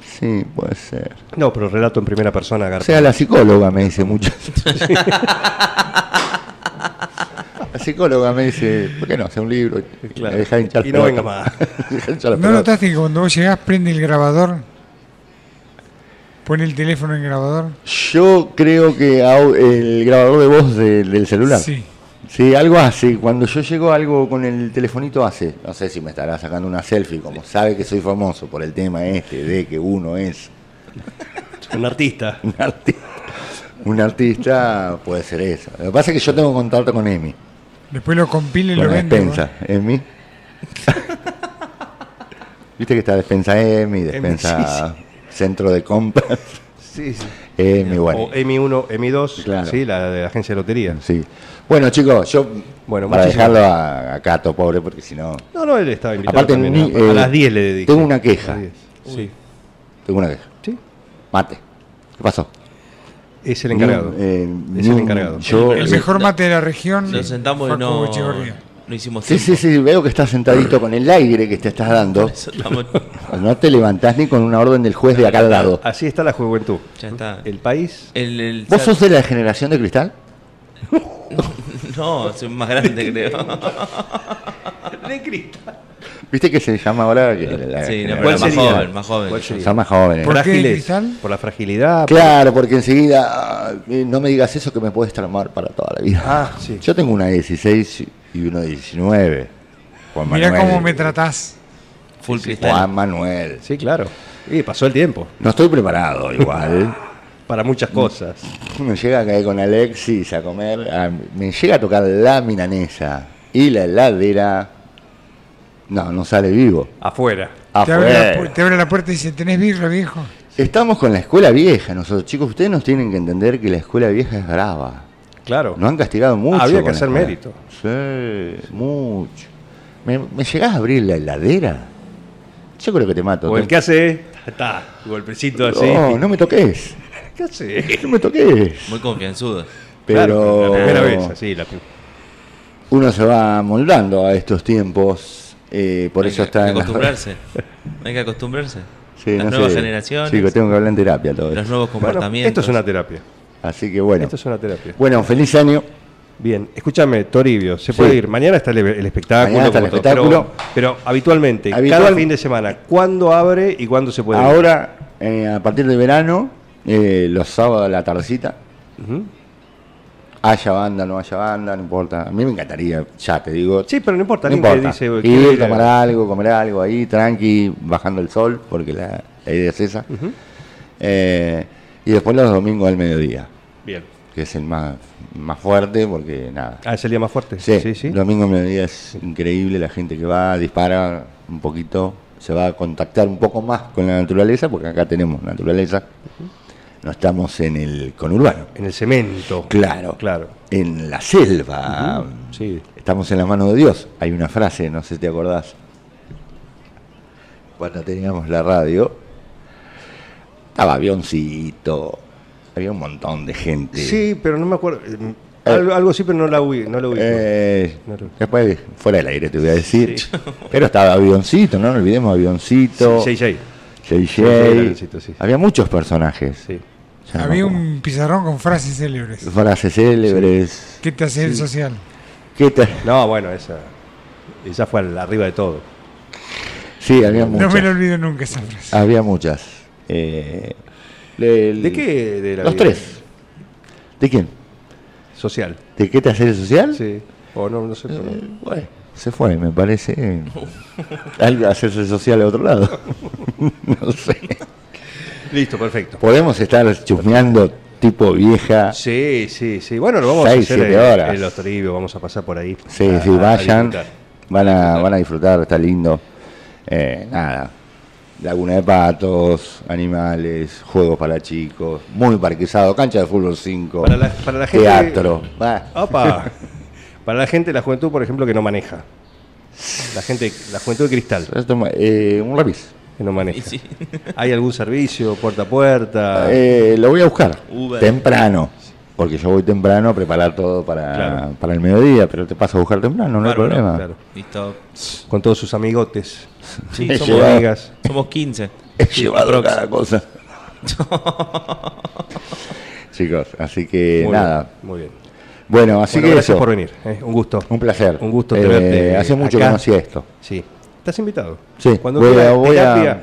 Speaker 5: Sí, puede ser.
Speaker 4: No, pero relato en primera persona,
Speaker 5: O
Speaker 4: Garpa.
Speaker 5: sea, la psicóloga me dice mucho. La psicóloga me dice, ¿por qué no? Hace un libro y,
Speaker 4: Claro.
Speaker 5: me deja de hinchar
Speaker 4: Y no
Speaker 5: pelota.
Speaker 4: venga más.
Speaker 5: Deja de hinchar las
Speaker 6: ¿No
Speaker 5: pelotas.
Speaker 6: notaste que cuando vos llegás prende el grabador? Pone el teléfono en el grabador.
Speaker 5: Yo creo que au- el grabador de voz de- del celular.
Speaker 6: Sí.
Speaker 5: Sí, algo hace. Cuando yo llego, algo con el telefonito hace. No sé si me estará sacando una selfie, como sabe que soy famoso por el tema este de que uno es
Speaker 4: Un artista.
Speaker 5: un artista. Un artista puede ser eso. Lo que pasa es que yo tengo contacto con Emi,
Speaker 6: Después lo compila y
Speaker 5: con
Speaker 6: lo
Speaker 5: la
Speaker 6: vende.
Speaker 5: despensa. Emi. Viste que está despensa Emi, despensa centro de compras.
Speaker 4: Sí, sí.
Speaker 5: Emi, bueno.
Speaker 4: O E. EMI 1, EMI 2,
Speaker 5: Claro.
Speaker 4: sí, la de la agencia de lotería.
Speaker 5: Sí. Bueno, chicos, yo
Speaker 4: Bueno,
Speaker 5: para
Speaker 4: muchísimas-
Speaker 5: dejarlo a, a Cato, pobre, porque si no.
Speaker 4: No, no, él estaba invitado.
Speaker 5: Aparte,
Speaker 4: también,
Speaker 5: ni-
Speaker 4: a,
Speaker 5: eh,
Speaker 4: a las 10 le dediqué.
Speaker 5: tengo una queja.
Speaker 4: A las 10, Sí.
Speaker 5: Tengo una queja.
Speaker 4: sí,
Speaker 5: Mate. ¿Qué pasó?
Speaker 4: es el encargado.
Speaker 5: Ni un- eh,
Speaker 4: es
Speaker 5: ni
Speaker 4: el
Speaker 5: un-
Speaker 4: encargado.
Speaker 5: Yo,
Speaker 6: El mejor mate de la región.
Speaker 3: Nos sentamos y
Speaker 6: Facu
Speaker 3: no,
Speaker 6: Echevarría.
Speaker 3: no hicimos
Speaker 5: sí,
Speaker 3: tiempo.
Speaker 5: sí, sí, veo que estás sentadito con el aire que te estás dando.
Speaker 3: Eso estamos-
Speaker 5: No te levantás ni con una orden del juez de acá al lado.
Speaker 4: Así está la juventud.
Speaker 3: Ya está.
Speaker 4: El país.
Speaker 3: El- el-
Speaker 5: ¿Vos sos de la generación de cristal?
Speaker 3: No, soy más grande, creo. de cristal.
Speaker 5: ¿Viste que se llama ahora? Que la-
Speaker 3: Sí, no,
Speaker 5: la-
Speaker 3: pero
Speaker 4: ¿Cuál
Speaker 3: más
Speaker 4: sería?
Speaker 3: joven, más joven.
Speaker 4: ¿Cuál
Speaker 5: Son más
Speaker 4: ¿eh?
Speaker 5: jóvenes.
Speaker 6: ¿Por qué de
Speaker 4: Frágiles,
Speaker 6: cristal?
Speaker 4: por la fragilidad.
Speaker 5: Claro, porque enseguida, ah, eh, no me digas eso que me puedes tramar para toda la vida.
Speaker 4: Ah, sí.
Speaker 5: Yo tengo una de 16 y una de 19. Juan
Speaker 6: Mirá
Speaker 5: Manuel.
Speaker 6: cómo me tratás.
Speaker 3: Full cristal.
Speaker 5: Juan Manuel.
Speaker 4: Sí, claro. Y pasó el tiempo
Speaker 5: No estoy preparado igual.
Speaker 4: para
Speaker 5: Mm.
Speaker 4: muchas cosas.
Speaker 5: me llega a caer con Alexis a comer. ah, me llega a tocar la milanesa y la heladera. No, no sale vivo.
Speaker 4: Afuera.
Speaker 5: Ah,
Speaker 6: Te abre, la,
Speaker 5: Afuera.
Speaker 6: pu- te abre la puerta y dice, ¿tenés birra, viejo?
Speaker 5: Estamos con la escuela vieja. Nosotros, chicos, ustedes nos tienen que entender que la escuela vieja es brava.
Speaker 4: Claro.
Speaker 5: Nos han castigado mucho.
Speaker 4: Había que
Speaker 5: con la
Speaker 4: hacer
Speaker 5: escuela.
Speaker 4: mérito.
Speaker 5: Sí, mucho. ¿Me, me llegás a abrir la heladera? Yo creo que te mato.
Speaker 4: o el que hace. Está, golpecito así.
Speaker 5: No, no me toques.
Speaker 4: ¿Qué hace?
Speaker 5: No me toques.
Speaker 3: Muy confianzudo.
Speaker 5: Pero
Speaker 4: Claro, la primera vez, así. La... pri-
Speaker 5: uno se va moldando a estos tiempos. eh, por
Speaker 3: Hay
Speaker 5: eso
Speaker 3: que-
Speaker 5: está
Speaker 3: Hay
Speaker 5: en
Speaker 3: que
Speaker 5: las-
Speaker 3: acostumbrarse. Hay que acostumbrarse.
Speaker 5: Sí,
Speaker 3: Las
Speaker 5: no
Speaker 3: nuevas
Speaker 5: sé.
Speaker 3: generaciones.
Speaker 5: Chicos, tengo que hablar en terapia todo
Speaker 3: Los
Speaker 5: esto.
Speaker 3: nuevos
Speaker 4: Bueno,
Speaker 3: comportamientos.
Speaker 4: esto es una terapia.
Speaker 5: Así que bueno.
Speaker 4: Esto es una terapia.
Speaker 5: Bueno, feliz año.
Speaker 4: Bien, escúchame, Toribio, se puede
Speaker 5: Sí.
Speaker 4: ir. Mañana está el, el espectáculo.
Speaker 5: Mañana está el
Speaker 4: como todo,
Speaker 5: espectáculo.
Speaker 4: Pero, pero habitualmente, cada
Speaker 5: Habitual-
Speaker 4: fin de semana, ¿cuándo abre y cuándo se puede ir?
Speaker 5: Ahora, eh, a partir de verano, eh, los sábados a la tardecita,
Speaker 4: Ujú.
Speaker 5: haya banda, no haya banda, no importa. A mí me encantaría, ya te digo.
Speaker 4: Sí, pero no importa.
Speaker 5: no
Speaker 4: alguien que
Speaker 5: importa.
Speaker 4: dice, "Uy, quiero
Speaker 5: ir,
Speaker 4: ir a-
Speaker 5: tomar algo, comer algo ahí, tranqui, bajando el sol, porque la, la idea es esa. Eh, y después los domingos al mediodía,
Speaker 4: Bien.
Speaker 5: que es el más, más fuerte, porque nada.
Speaker 4: Ah, es el día más fuerte.
Speaker 5: Sí,
Speaker 4: sí. sí.
Speaker 5: domingo al mediodía es increíble la gente que va, dispara un poquito, se va a contactar un poco más con la naturaleza, porque acá tenemos naturaleza. No estamos en el conurbano,
Speaker 4: En el cemento.
Speaker 5: Claro.
Speaker 4: Claro.
Speaker 5: en la selva.
Speaker 4: Sí.
Speaker 5: Estamos en la mano de Dios. Hay una frase, no sé si te acordás. Cuando teníamos la radio, estaba avioncito, había un montón de gente.
Speaker 4: Sí, pero no me acuerdo. Algo, algo sí, pero no, la ubi- no lo ubico.
Speaker 5: Eh,
Speaker 4: No lo-
Speaker 5: después, fuera del aire te voy a decir. Pero estaba avioncito, no nos olvidemos avioncito.
Speaker 4: Sí, sí, sí.
Speaker 5: JJ.
Speaker 4: sí, era Avioncito, sí.
Speaker 5: Había muchos personajes.
Speaker 4: Sí.
Speaker 5: Ya Ah, no
Speaker 6: Había
Speaker 5: me acuerdo.
Speaker 6: un pizarrón con frases célebres.
Speaker 5: Frases célebres.
Speaker 6: ¿Qué te hace el social?
Speaker 5: ¿Qué tal?
Speaker 4: No, bueno, esa, esa fue al- arriba de todo.
Speaker 5: Sí, había muchas.
Speaker 6: No me lo olvido nunca esa frase.
Speaker 5: Había muchas. Eh, del-
Speaker 4: ¿De qué? De la
Speaker 5: Los
Speaker 4: vida
Speaker 5: tres. ¿De quién?
Speaker 4: Social.
Speaker 5: ¿De qué te hace el social?
Speaker 4: Sí. O no, no sé. pero-
Speaker 5: Eh, bueno, se fue, me parece. Algo hacerse social a otro lado. no sé.
Speaker 4: Listo, perfecto.
Speaker 5: Podemos estar chusmeando tipo vieja. Sí,
Speaker 4: Sí, sí, sí. Bueno, lo vamos
Speaker 5: Seis,
Speaker 4: a hacer
Speaker 5: siete
Speaker 4: en,
Speaker 5: horas.
Speaker 4: en los trivios, vamos a pasar por ahí.
Speaker 5: sí,
Speaker 4: a- a
Speaker 5: vayan.
Speaker 4: Ah, disfrutar.
Speaker 5: van, a, van a disfrutar, está lindo. Eh, nada. Laguna de patos, animales, juegos para chicos, muy parquizado, cancha de fútbol 5,
Speaker 4: Para la- para la gente-
Speaker 5: teatro. Ah. Va.
Speaker 4: Opa. Para la gente de la juventud, por ejemplo, que no maneja. La gente, la juventud de cristal,
Speaker 5: Esto es ma- eh, un lápiz.
Speaker 4: que no maneja.
Speaker 3: Sí,
Speaker 4: ¿Hay algún servicio, puerta a puerta?
Speaker 5: Eh, lo voy a buscar
Speaker 3: Uber.
Speaker 5: temprano, porque yo voy temprano a preparar todo para,
Speaker 4: Claro.
Speaker 5: para el mediodía, pero te paso a buscar temprano, no hay
Speaker 3: Bárbaro,
Speaker 5: problema.
Speaker 4: claro.
Speaker 3: Listo.
Speaker 4: Con todos sus amigotes.
Speaker 3: Sí,
Speaker 5: Es
Speaker 4: Somos
Speaker 5: llevar-
Speaker 4: amigas.
Speaker 3: Somos 15.
Speaker 5: He llevado cada cosa. Chicos, así que
Speaker 4: Muy
Speaker 5: Eh, nada.
Speaker 4: bien, muy bien.
Speaker 5: Bueno, así
Speaker 4: Bueno,
Speaker 5: que
Speaker 4: gracias
Speaker 5: eso.
Speaker 4: por venir. eh, Un gusto.
Speaker 5: Un placer.
Speaker 4: Un gusto
Speaker 5: Eh,
Speaker 4: tenerte.
Speaker 5: hace mucho
Speaker 4: acá.
Speaker 5: que no hacía esto.
Speaker 4: Sí. Estás invitado.
Speaker 5: Sí,
Speaker 4: Cuando
Speaker 5: voy a-
Speaker 4: quieras,
Speaker 5: voy a-
Speaker 4: terapia,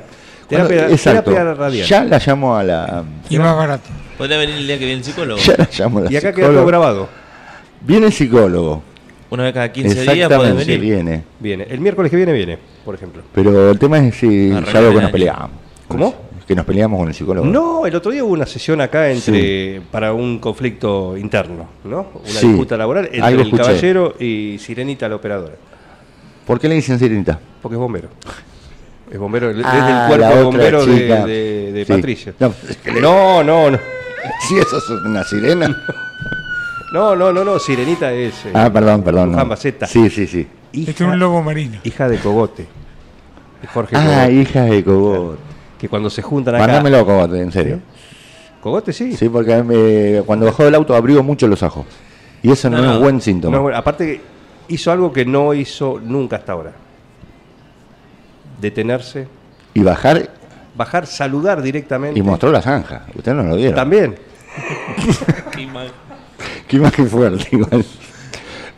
Speaker 5: Cuando-
Speaker 4: terapia-
Speaker 5: exacto.
Speaker 4: terapia radial.
Speaker 5: Ya la llamo a la.
Speaker 6: Y más barato.
Speaker 3: Podría venir el día que viene el psicólogo.
Speaker 5: Ya la llamo a la
Speaker 4: Y acá queda
Speaker 5: psicóloga.
Speaker 4: todo grabado.
Speaker 5: Viene el psicólogo.
Speaker 3: Una vez cada 15 días podés
Speaker 5: Exactamente,
Speaker 3: venir.
Speaker 5: viene.
Speaker 4: Viene. El miércoles que viene viene, por ejemplo.
Speaker 5: Pero el tema es si
Speaker 3: Arreglar
Speaker 5: ya algo
Speaker 3: el
Speaker 5: que nos
Speaker 3: año.
Speaker 5: peleamos.
Speaker 4: ¿Cómo?
Speaker 5: Que nos peleamos con el psicólogo.
Speaker 4: No, el otro día hubo una sesión acá entre para un conflicto interno, ¿no? Una
Speaker 5: Sí.
Speaker 4: disputa laboral entre
Speaker 5: Algo
Speaker 4: el
Speaker 5: escuché.
Speaker 4: caballero y Sirenita, la operadora.
Speaker 5: ¿Por qué le dicen sirenita?
Speaker 4: Porque es bombero. Es bombero, es
Speaker 5: Ah,
Speaker 4: del
Speaker 5: la
Speaker 4: cuerpo
Speaker 5: otra
Speaker 4: de bombero de,
Speaker 5: chica.
Speaker 4: de- de
Speaker 5: Sí.
Speaker 4: Patricia.
Speaker 5: No,
Speaker 4: No, no, no.
Speaker 5: si eso es una sirena.
Speaker 4: No, no, no, no. Sirenita es eh,
Speaker 5: Ah, perdón, perdón. no.
Speaker 4: Luján Baceta.
Speaker 5: Sí, sí, sí.
Speaker 6: Esto Este es un lobo marino.
Speaker 4: hija de Cogote. de Jorge
Speaker 5: Ah,
Speaker 4: Cogote.
Speaker 5: hija de Cogote.
Speaker 4: Que cuando se juntan acá.
Speaker 5: Mándamelo a Cogote, en serio.
Speaker 4: Cogote sí.
Speaker 5: Sí, porque eh, cuando bajó del auto abrió mucho los ojos. Y eso no,
Speaker 3: No,
Speaker 5: es
Speaker 3: no.
Speaker 5: buen
Speaker 4: No,
Speaker 5: síntoma.
Speaker 4: bueno, aparte hizo algo que no hizo nunca hasta ahora. Detenerse,
Speaker 5: Y bajar
Speaker 4: bajar, saludar directamente.
Speaker 5: y mostró la zanja. Ustedes no lo vieron.
Speaker 4: También.
Speaker 3: Qué mal.
Speaker 5: Qué imagen fuerte igual.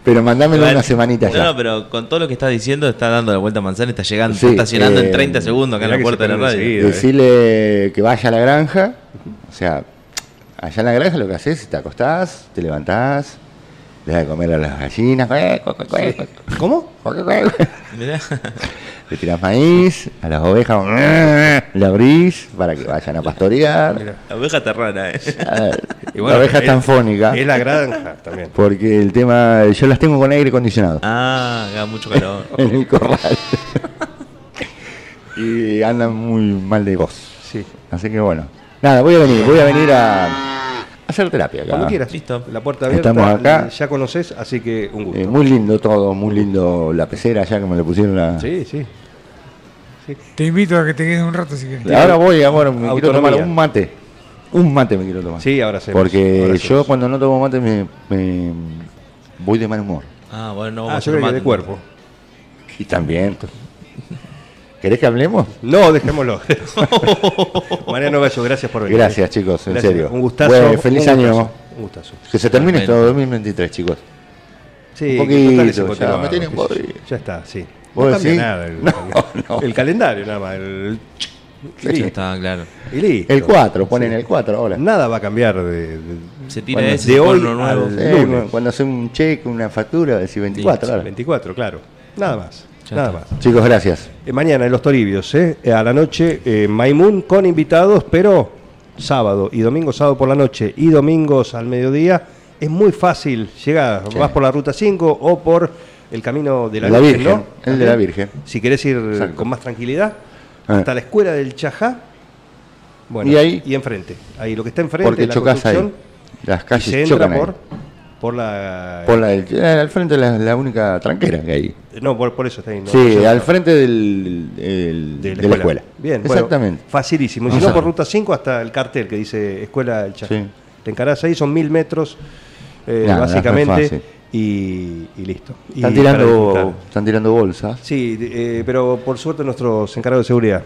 Speaker 5: Pero mandámelo
Speaker 3: Bueno,
Speaker 5: una semanita
Speaker 3: no,
Speaker 5: ya.
Speaker 3: No, pero con todo lo que estás diciendo, está dando la vuelta a manzana, está llegando,
Speaker 5: Sí,
Speaker 3: está estacionando
Speaker 5: eh,
Speaker 3: en 30 segundos acá en
Speaker 4: mirá
Speaker 3: la
Speaker 4: que
Speaker 3: puerta de
Speaker 4: se
Speaker 3: la
Speaker 4: ponen
Speaker 3: radio.
Speaker 4: enseguida.
Speaker 5: Decirle que vaya a la granja. O sea, allá en la granja lo que haces es te acostás, te levantás, le das de comer a las gallinas. ¿Cómo?
Speaker 3: Mirá.
Speaker 5: Le tirás maíz, a las ovejas le abrís para que vayan a pastorear.
Speaker 3: La oveja terrana, eh.
Speaker 5: A ver,
Speaker 4: Y bueno,
Speaker 5: la oveja
Speaker 4: es-
Speaker 5: tan fónica.
Speaker 4: Es la granja también.
Speaker 5: Porque el tema, yo las tengo con aire acondicionado
Speaker 3: Ah, haga mucho calor.
Speaker 5: en el corral. y andan muy mal de voz.
Speaker 4: Sí.
Speaker 5: Así que bueno. Nada, voy a venir, voy a venir a hacer terapia acá.
Speaker 4: Cuando quieras.
Speaker 3: Listo.
Speaker 4: La puerta abierta.
Speaker 5: Estamos acá.
Speaker 4: Ya conoces, así que un gusto.
Speaker 5: Eh, muy lindo todo, muy lindo la pecera ya que me le pusieron la.
Speaker 4: Sí, sí.
Speaker 6: Te invito a que te quedes un rato si querés.
Speaker 5: Ahora voy, amor, me quiero
Speaker 4: Autonomía.
Speaker 5: tomar un mate. Un mate me quiero tomar.
Speaker 4: Sí, ahora hacemos,
Speaker 5: Porque
Speaker 4: ahora
Speaker 5: yo
Speaker 4: hacemos.
Speaker 5: cuando no tomo mate me, me- voy de mal humor.
Speaker 3: Ah, bueno, no
Speaker 4: Ah,
Speaker 3: vamos
Speaker 4: yo
Speaker 3: a
Speaker 4: creo que
Speaker 3: tomar-
Speaker 4: de cuerpo.
Speaker 5: Y también. ¿Querés que hablemos?
Speaker 4: No, dejémoslo. Mariano Gallo, gracias por venir.
Speaker 5: Gracias, chicos, en
Speaker 4: Gracias.
Speaker 5: serio.
Speaker 4: Un gustazo.
Speaker 5: Bueno, feliz
Speaker 4: un
Speaker 5: año.
Speaker 4: gustazo, Un gustazo.
Speaker 5: Que se termine
Speaker 3: Igualmente.
Speaker 5: esto 2023, chicos.
Speaker 4: Sí,
Speaker 5: Un
Speaker 4: que total es
Speaker 5: poquito,
Speaker 4: incontinuado,
Speaker 5: ya, me tiene un
Speaker 4: qué sé yo.
Speaker 5: poquito.
Speaker 4: Ya está, sí.
Speaker 5: ¿Vos
Speaker 4: no cambia
Speaker 5: decís?
Speaker 4: nada. El,
Speaker 5: No,
Speaker 4: el-
Speaker 5: no.
Speaker 4: el calendario nada más. El, y
Speaker 3: Ya
Speaker 4: listo,
Speaker 3: está, claro.
Speaker 4: y listo.
Speaker 5: El 4, ponen el 4 ahora.
Speaker 4: Nada va a cambiar de, de-
Speaker 3: Se tira
Speaker 5: Bueno,
Speaker 3: ese
Speaker 4: de
Speaker 3: se pone
Speaker 4: hoy
Speaker 3: uno nuevo.
Speaker 4: al-
Speaker 5: Eh,
Speaker 4: lunes.
Speaker 5: bueno, cuando hace un cheque, una factura, decís 24 ahora.
Speaker 4: 24, claro. Nada más.
Speaker 3: Ya
Speaker 4: nada
Speaker 3: está.
Speaker 4: más.
Speaker 5: Chicos, gracias.
Speaker 4: Eh, mañana en Los Toribios, ¿eh? Eh, a la noche, eh, Maimun con invitados, pero sábado y domingo, sábado por la noche y domingos al mediodía. Es muy fácil llegar,
Speaker 5: Sí.
Speaker 4: vas por la ruta 5 o por el camino de la,
Speaker 5: La
Speaker 4: Virgen,
Speaker 5: Virgen,
Speaker 4: ¿no?
Speaker 5: el de la Virgen.
Speaker 4: Si querés ir
Speaker 5: Exacto.
Speaker 4: con más tranquilidad,
Speaker 5: Ah.
Speaker 4: hasta la escuela del Chajá. Bueno,
Speaker 5: Y ahí-
Speaker 4: enfrente. Ahí lo que está enfrente,
Speaker 5: Porque
Speaker 4: la
Speaker 5: chocas ahí.
Speaker 4: construcción,
Speaker 5: Las
Speaker 4: y se
Speaker 5: calles
Speaker 4: entra
Speaker 5: chocan ahí.
Speaker 4: por, por la...
Speaker 5: Por la del- eh, al frente es la, la única tranquera que hay.
Speaker 4: No, por, por eso está ahí. ¿no?
Speaker 5: sí,
Speaker 4: Yo-
Speaker 5: al frente del, el-
Speaker 4: de la escuela. Bien, bueno,
Speaker 5: Exactamente.
Speaker 4: facilísimo. Y si
Speaker 5: Vamos
Speaker 4: no,
Speaker 5: a-
Speaker 4: por ruta 5 hasta el cartel que dice Escuela del Chaco.
Speaker 5: Sí.
Speaker 4: Te encarás ahí, son mil metros, eh,
Speaker 5: Nada, es muy
Speaker 4: básicamente,
Speaker 5: fácil.
Speaker 4: y, y listo. Y
Speaker 5: están,
Speaker 4: para
Speaker 5: tirando,
Speaker 4: disfrutar.
Speaker 5: están tirando bolsas.
Speaker 4: Sí, de- eh, pero por suerte nuestros encargados de seguridad,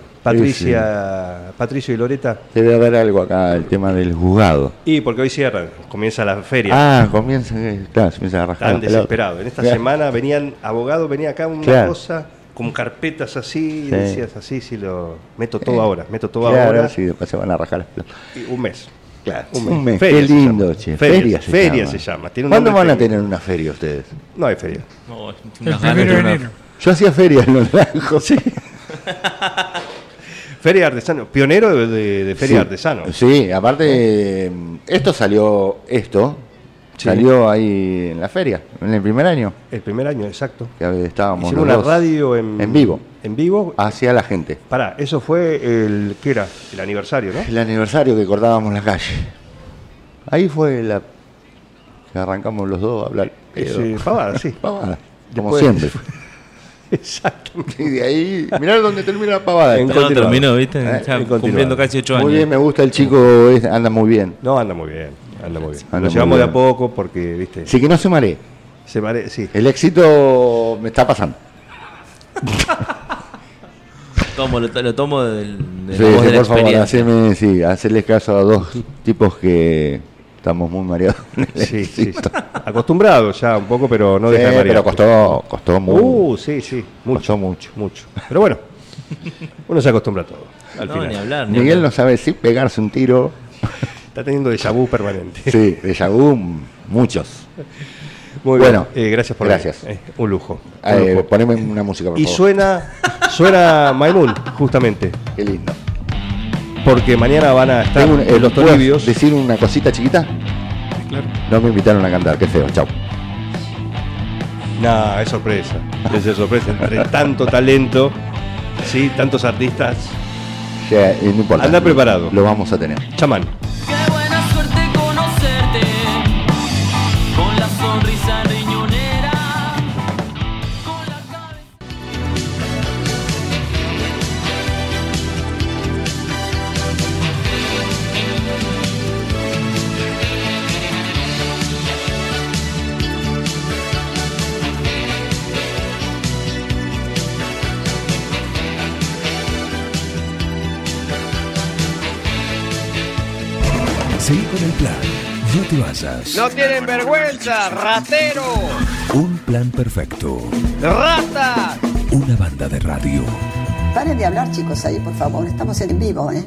Speaker 4: Patricia, Patricio y Loreta,
Speaker 5: Debe haber algo acá, el tema del juzgado.
Speaker 4: y porque hoy cierran, comienza la feria.
Speaker 5: Ah, comienza, eh, claro, se empieza a rajar.
Speaker 4: Están
Speaker 5: la pelota.
Speaker 4: desesperados. En esta
Speaker 5: Mirá,
Speaker 4: semana venían abogados, venía acá una
Speaker 5: Claro.
Speaker 4: cosa con carpetas así, y
Speaker 5: Sí. Eh,
Speaker 4: decías así, si lo meto todo ahora, meto todo
Speaker 5: Claro,
Speaker 4: ahora.
Speaker 5: sí, después se van a rajar las pelotas.
Speaker 4: Y Un mes. Claro,
Speaker 5: Un mes. Qué
Speaker 4: se
Speaker 5: lindo,
Speaker 4: llama.
Speaker 5: che.
Speaker 4: Ferias,
Speaker 5: Feria se
Speaker 4: feria
Speaker 5: llama.
Speaker 4: se llama. Tiene un
Speaker 5: ¿Cuándo
Speaker 4: nombre
Speaker 5: van a
Speaker 4: feria.
Speaker 5: tener una feria ustedes?
Speaker 4: No hay feria.
Speaker 3: No, unas
Speaker 6: El
Speaker 3: ganas
Speaker 6: primero de
Speaker 3: de una-
Speaker 6: enero.
Speaker 5: Yo hacía feria en los naranjos. Sí.
Speaker 4: Feria artesano. Pionero de, de- de feria artesano.
Speaker 5: Sí, aparte, eh, esto salió, esto,
Speaker 4: Sí.
Speaker 5: salió ahí en la feria, en el primer año,
Speaker 4: El primer año, exacto.
Speaker 5: que estábamos
Speaker 4: Hicimos
Speaker 5: los
Speaker 4: una
Speaker 5: dos
Speaker 4: radio en,
Speaker 5: en vivo, Ah.
Speaker 4: En vivo.
Speaker 5: hacia la gente.
Speaker 4: Pará, eso fue el. ¿Qué era? El aniversario, ¿no?
Speaker 5: El aniversario que cortábamos la calle. Ahí fue la que arrancamos los dos a hablar. pedo.
Speaker 4: Sí, pavada, sí.
Speaker 5: Pavada, como
Speaker 4: Después-
Speaker 5: siempre.
Speaker 4: Exacto.
Speaker 5: Y de ahí, mirá dónde termina la pavada.
Speaker 4: En
Speaker 5: esta.
Speaker 3: Ya no
Speaker 4: Continuado.
Speaker 3: terminó, ¿viste?
Speaker 5: Eh,
Speaker 3: Ya
Speaker 4: continuado.
Speaker 3: cumpliendo casi 8 años.
Speaker 5: Muy bien, me gusta el chico, es- anda muy bien.
Speaker 4: No, anda muy bien. Anda muy bien.
Speaker 5: Anda
Speaker 4: Lo
Speaker 5: muy
Speaker 4: llevamos de a
Speaker 5: bien.
Speaker 4: poco porque, viste,
Speaker 5: Así que no se maree.
Speaker 4: se pare... sí.
Speaker 5: El éxito me está pasando.
Speaker 3: Tomo, lo, lo tomo del, de
Speaker 5: Sí,
Speaker 3: la voz
Speaker 5: sí,
Speaker 3: de la
Speaker 5: por favor,
Speaker 3: experiencia.
Speaker 5: haceme, sí, hacerles caso a dos tipos que estamos muy mareados. en el
Speaker 4: Sí, sí, sí.
Speaker 5: éxito.
Speaker 4: Acostumbrado ya un poco, pero no
Speaker 5: Sí,
Speaker 4: deja de marear.
Speaker 5: pero costó, costó mucho.
Speaker 4: Uh, sí, sí. Mucho.
Speaker 5: Costó mucho.
Speaker 4: Mucho. Pero bueno, uno se acostumbra a todo. Al
Speaker 3: No,
Speaker 4: final.
Speaker 3: ni hablar. Ni
Speaker 5: Miguel no
Speaker 3: hablar.
Speaker 5: sabe si pegarse un tiro.
Speaker 4: Está teniendo déjà vu permanente.
Speaker 5: Sí, de Yagú, muchos.
Speaker 4: Muy
Speaker 5: Bueno,
Speaker 4: bien. Eh, gracias por
Speaker 5: gracias.
Speaker 4: venir. Eh, un lujo. un
Speaker 5: Eh,
Speaker 4: lujo.
Speaker 5: poneme una música, por
Speaker 4: Y
Speaker 5: favor.
Speaker 4: suena, suena Maimun, justamente.
Speaker 5: Qué lindo.
Speaker 4: Porque mañana van a estar
Speaker 5: Tengo un- eh,
Speaker 4: los
Speaker 5: ¿puedo
Speaker 4: Toribios.
Speaker 5: decir una cosita chiquita? No me invitaron a cantar, qué feo, chao.
Speaker 4: No, es sorpresa. Es de sorpresa. Entre tanto talento, sí, tantos artistas.
Speaker 5: Ya, eh, no importa.
Speaker 4: Anda preparado.
Speaker 5: Lo vamos a tener.
Speaker 4: Chamán.
Speaker 10: Qué buena suerte conocerte con la sonrisa riñonera. con la cabeza-
Speaker 1: Seguí con el plan. No te vayas.
Speaker 11: No tienen vergüenza, ratero,
Speaker 1: Un plan perfecto.
Speaker 11: rata.
Speaker 1: Una banda de radio.
Speaker 12: Paren de hablar, chicos, ahí, por favor. Estamos en vivo, ¿eh?